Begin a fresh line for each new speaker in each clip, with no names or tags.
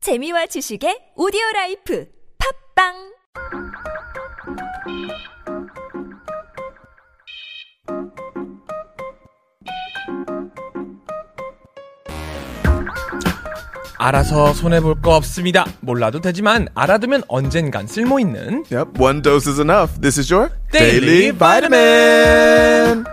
재미와 지식의 오디오 라이프 팝빵
알아서 손해볼 거 없습니다. 몰라도 되지만 알아두면 언젠간 쓸모있는
Yep, one dose is enough. This is your
Daily
Vitamin.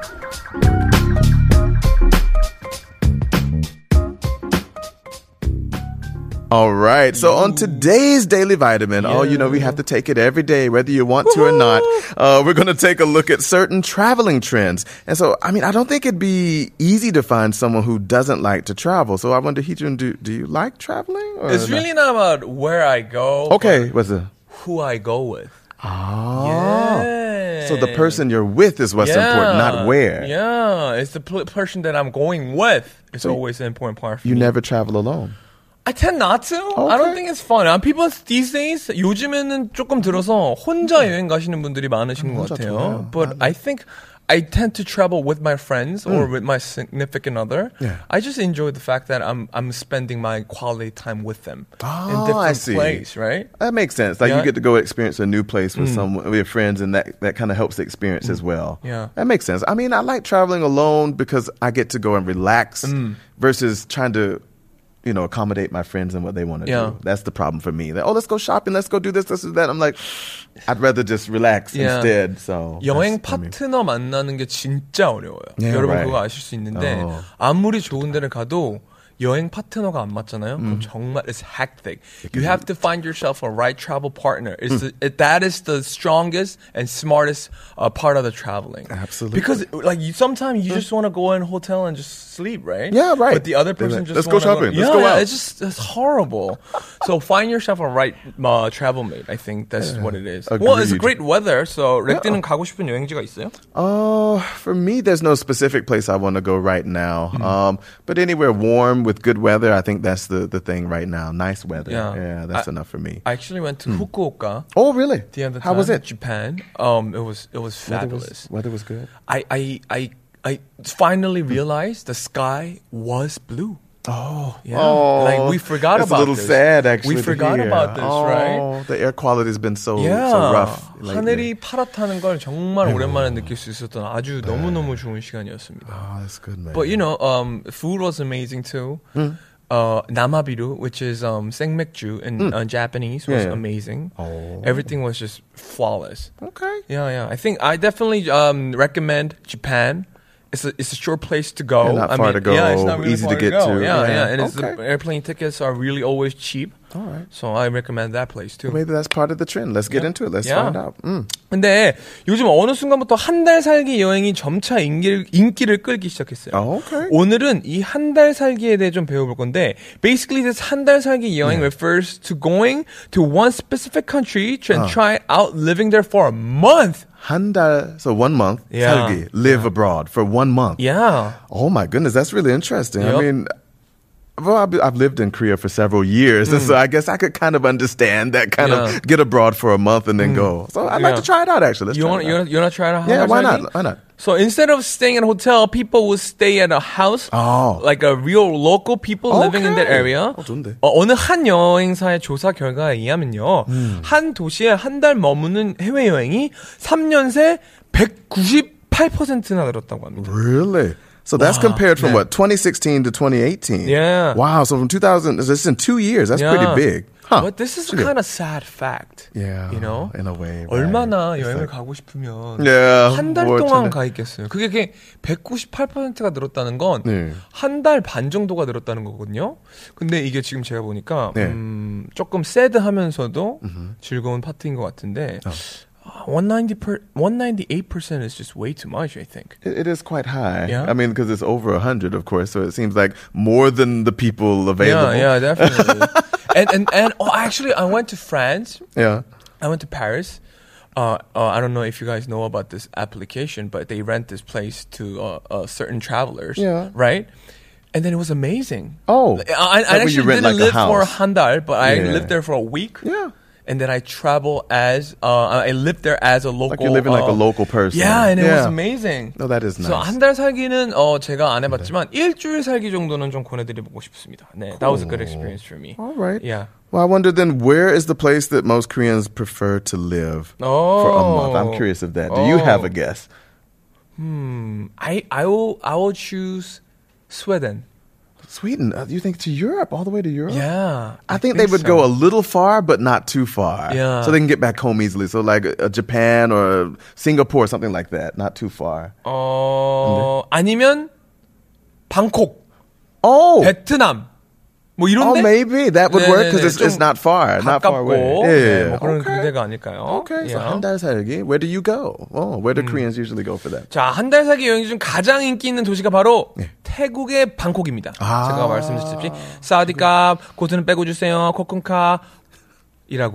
All right. So on today's daily vitamin, oh, you know, we have to take it every day, whether you want to or not. Uh, we're going to take a look at certain traveling trends. And so, I mean, I don't think it'd be easy to find someone who doesn't like to travel. So I wonder, Heejun, do, do you like traveling? Or
It's
not?
really not about where I go,
okay. What's the
but who I go with.
Oh.
Yeah.
So the person you're with is what's important, not where.
Yeah, it's the pl- person that I'm going with. It's
you-
always an important part. For
You
me.
never travel alone.
I tend not to. I don't
Okay.
think it's fun. And people these days 요즘에는 조금 들어서 혼자 여행 가시는 분들이 많으신 것
음, 혼자
같아요.
좋아요. 네. 음.
But I think I tend to travel with my friends or with my significant other.
Yeah.
I just enjoy the fact that I'm I'm spending my quality time with them in
Oh,
different
I see.
place, right?
That makes sense. Like
Yeah. Mm.
you get to go experience a new place with someone, with your friends, and that, that kind of helps the experience as well.
Yeah.
that makes sense. I mean, I like traveling alone because I get to go and relax
Mm.
versus trying to, you know, accommodate my friends and what they want to
Yeah.
do. That's the problem for me. Like, oh, let's go shopping, let's go do this, let's do that. I'm like, I'd rather just relax
Yeah.
instead. So
여행
that's for me.
파트너 만나는 게 진짜 어려워요.
Yeah,
여러분
네, right.
그거 아실 수 있는데
어.
아무리 좋은 데를 가도 여행 파트너가 안 맞잖아요. 그럼
음.
정말 it's hectic. You have to find yourself a right travel partner. It's
음.
the, it, that is the strongest and smartest uh, part of the traveling.
Absolutely.
Because like you, sometimes you just want to go in a hotel and just sleep, right?
Yeah, right.
But the other
They're
person
like,
just
"Let's go
wanna
shopping.
Yeah,
Let's go
yeah,
out."
It's just it's horrible. so find yourself a right uh, travel mate. I think that's what it is. Well, it's great
agreed.
weather. So 렉디는 가고 싶은 여행지가 있어요?
Oh, for me, there's no specific place I want to go right now.
Mm.
Um, but anywhere warm with good weather, I think that's the, the thing right now. Nice weather.
Yeah.
Yeah, that's
I-
enough for me.
I actually went to Fukuoka
oh, really?
the other time.
How was it?
Japan. Um, it was it was fabulous.
Weather was good.
I I I I finally realized the sky was blue.
Oh,
Yeah. Like, we forgot
it's
about
a little
this.
sad
We
actually. to
forgot
hear.
about this,
oh,
right?
The air quality's been so
Yeah.
so rough.
하늘이
Lately.
파랗다는 걸 정말 오랜만에 느낄 수 있었던 아주 너무 너무 좋은 시간이었습니다.
Oh, that's good, man.
But you know, um, food was amazing too.
Hmm.
Uh, namabiru, which is um, 생맥주 in uh, Japanese, was
Hmm. Yeah, yeah.
amazing.
Oh.
Everything was just flawless.
okay.
Yeah, yeah. I think I definitely um, recommend Japan. It's a, it's a short place to go.
Yeah, not
I
far to
Yeah, it's not
go,
really
easy
far
to get
go.
to.
Yeah, yeah.
Yeah.
And it's the
Okay.
airplane tickets are really always cheap.
All right.
So I recommend that place too.
Maybe that's part of the trend. Let's get into it. Let's
Yeah.
find out. Mm.
근데 요즘 어느 순간부터 한 달 살기 여행이 점차 인기를, 인기를 끌기 시작했어요.
Oh,
아,
okay.
오늘은 이 한 달 살기에 대해 좀 배워볼 건데, basically this 한 달 살기 여행 refers to going to one specific country to and try out living there for a month.
Handal, so one month.
Yeah.
살기, live abroad for one month.
Yeah.
Oh my goodness, that's really interesting.
Yep.
I mean, well, I've, I've lived in Korea for several years, and so I guess I could kind of understand that kind
Mm. Yeah. Mm.
of get abroad for a month and then go. So I'd like
Yeah.
to try it out actually. Let's
You
try
want
it
you
out.
want you want to try to
Yeah, why not? Why not?
So instead of staying at a hotel, people would stay at a house.
Oh.
Like a real local people living in that
Okay.
area.
어, 좋은데.
어, 어느 한 여행사의 조사 결과에 의하면요.
음.
한 도시에 한 달 머무는 해외여행이 3년 새 198%나 늘었다고 합니다.
Really? So that's compared from what 2016 to 2018.
Yeah.
Wow. So from 2000, it's just in two years. That's pretty big. Huh?
But this is
Should be-
kind of sad fact.
Yeah,
You know?
in a way, right.
얼마나
It's
여행을
like-
가고 싶으면
네, Yeah,
한 달
뭘
동안
찾는-
가 있겠어요. 그게 그게 198%가 늘었다는 건
네.
한 달 반 정도가 늘었다는 거거든요. 근데 이게 지금 제가 보니까
네.
음, 조금 새드하면서도 즐거운 파트인 것 같은데 아, 190 per, 198% is just way too much, I think.
It, it is quite high.
Yeah.
I mean, because it's over 100, of course. So it seems like more than the people available.
Yeah, yeah, definitely. and and and oh, actually, I went to France.
Yeah.
I went to Paris. Uh, uh, I don't know if you guys know about this application, but they rent this place to uh, uh, certain travelers,
Yeah.
right? And then it was amazing.
Oh.
Like, I, I
Is that where you
actually
rent,
didn't
like, a
live for
house?
Handal, but I
Yeah.
lived there for a week.
Yeah.
And then I travel as uh, I lived there as a local.
you're living like
uh,
a local person.
Yeah, and it was
Yeah.
amazing.
No, that is
So
nice.
한 달 살기는 어, 제가 안 해봤지만 일주일 살기 정도는 좀 권해드리고 싶습니다. 네, that was a good experience for me.
All right.
Yeah.
Well, I wonder then where is the place that most Koreans prefer to live for a month? I'm
Oh.
curious of that. Do you have a guess?
Hmm, I I will I will choose Sweden.
Sweden. Uh, you think to Europe, all the way to Europe?
Yeah,
I think, they
so.
would go a little far, but not too far.
Yeah.
So they can get back home easily. So like uh, Japan or Singapore, something like that. Not too far.
어 아니면 방콕,
Oh,
베트남 뭐
oh,
이런데.
maybe that would work because
네네네.
it's, it's
좀
not far, not far
가깝고
away. 예,
네, 뭐 그런
Okay.
군대가 아닐까요?
Okay, so
Yeah.
한달 살기. Where do you go? Oh, where do Koreans usually go for that?
자, 한 달 사기 여행 중 가장 인기 있는 도시가 바로 태국의 방콕입니다.
아.
제가 말씀드렸듯이 사우디캅 고트는 빼고 주세요. 코쿤캅이라고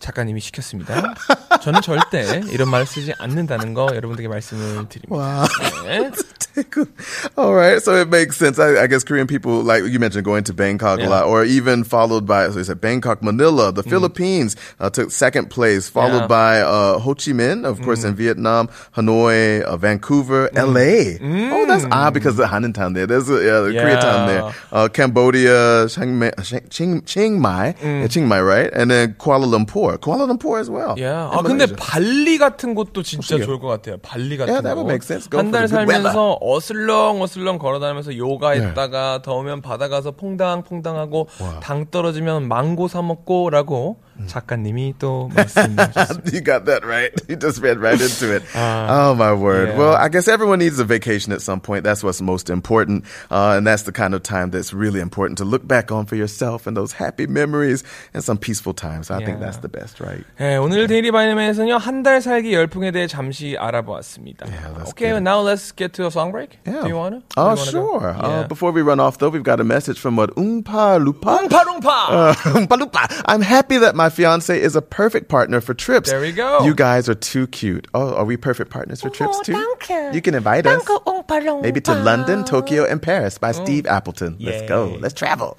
작가님이 시켰습니다. 저는 절대 이런 말을 쓰지 않는다는 거 여러분들께 말씀을 드립니다. 네.
All right, so it makes sense. I, I guess Korean people, like you mentioned, going to Bangkok a
Yeah. Mm.
lot, or even followed by, so you said Bangkok, Manila, the Philippines uh, took second place,
Yeah. Mm.
followed by uh, Ho Chi Minh, of course, in Vietnam, Hanoi, uh, Vancouver, LA. Oh, that's odd because of Hanantown there. There's a yeah,
Mm.
the
Yeah.
Koreatown there. Uh, Cambodia, Chiang Mai, uh, Chiang- Chiang, Chiang Mai, yeah,
Mm.
Chiang Mai, right? And then Kuala Lumpur. Kuala Lumpur as well.
야,
in
아 근데
Malaysia.
발리 같은 곳도 진짜 좋을 것 같아요. 발리 같은
Yeah, that would
곳.
make sense. Go
한 달
for the good weather.
살면서 어슬렁 어슬렁 걸어다니면서 요가했다가 더우면 바다 가서 퐁당퐁당하고 당 떨어지면 망고 사 먹고라고
음.
작가님이 또 말씀하셨어요.
you got that right. You just ran right into it.
Uh,
oh my word. Well, I guess everyone needs a vacation at some point. That's what's most important, uh, and that's the kind of time that's really important to look back on for yourself and those happy memories and some peaceful times. I think
Yeah.
that's the best, right?
네, 오늘 데일리 바이네맨에서는요 한 달 살기 열풍에 대해 잠시 알아보았습니다.
let's
okay,
get it.
now let's get to a song break. Do you wanna? do you wanna go?
Oh, sure. Uh,
Yeah.
before we run off, though, we've got a message from what Oompa Lupa.
웅파룽파.
Uh, Oompa-loompa. I'm happy that my fiance is a perfect partner for trips.
There we go.
You guys are too cute. Oh, are we perfect partners for trips too? You can invite us. Maybe
Oh.
to London, Tokyo, and Paris by Steve Appleton. Let's go.
Yay.
Let's travel.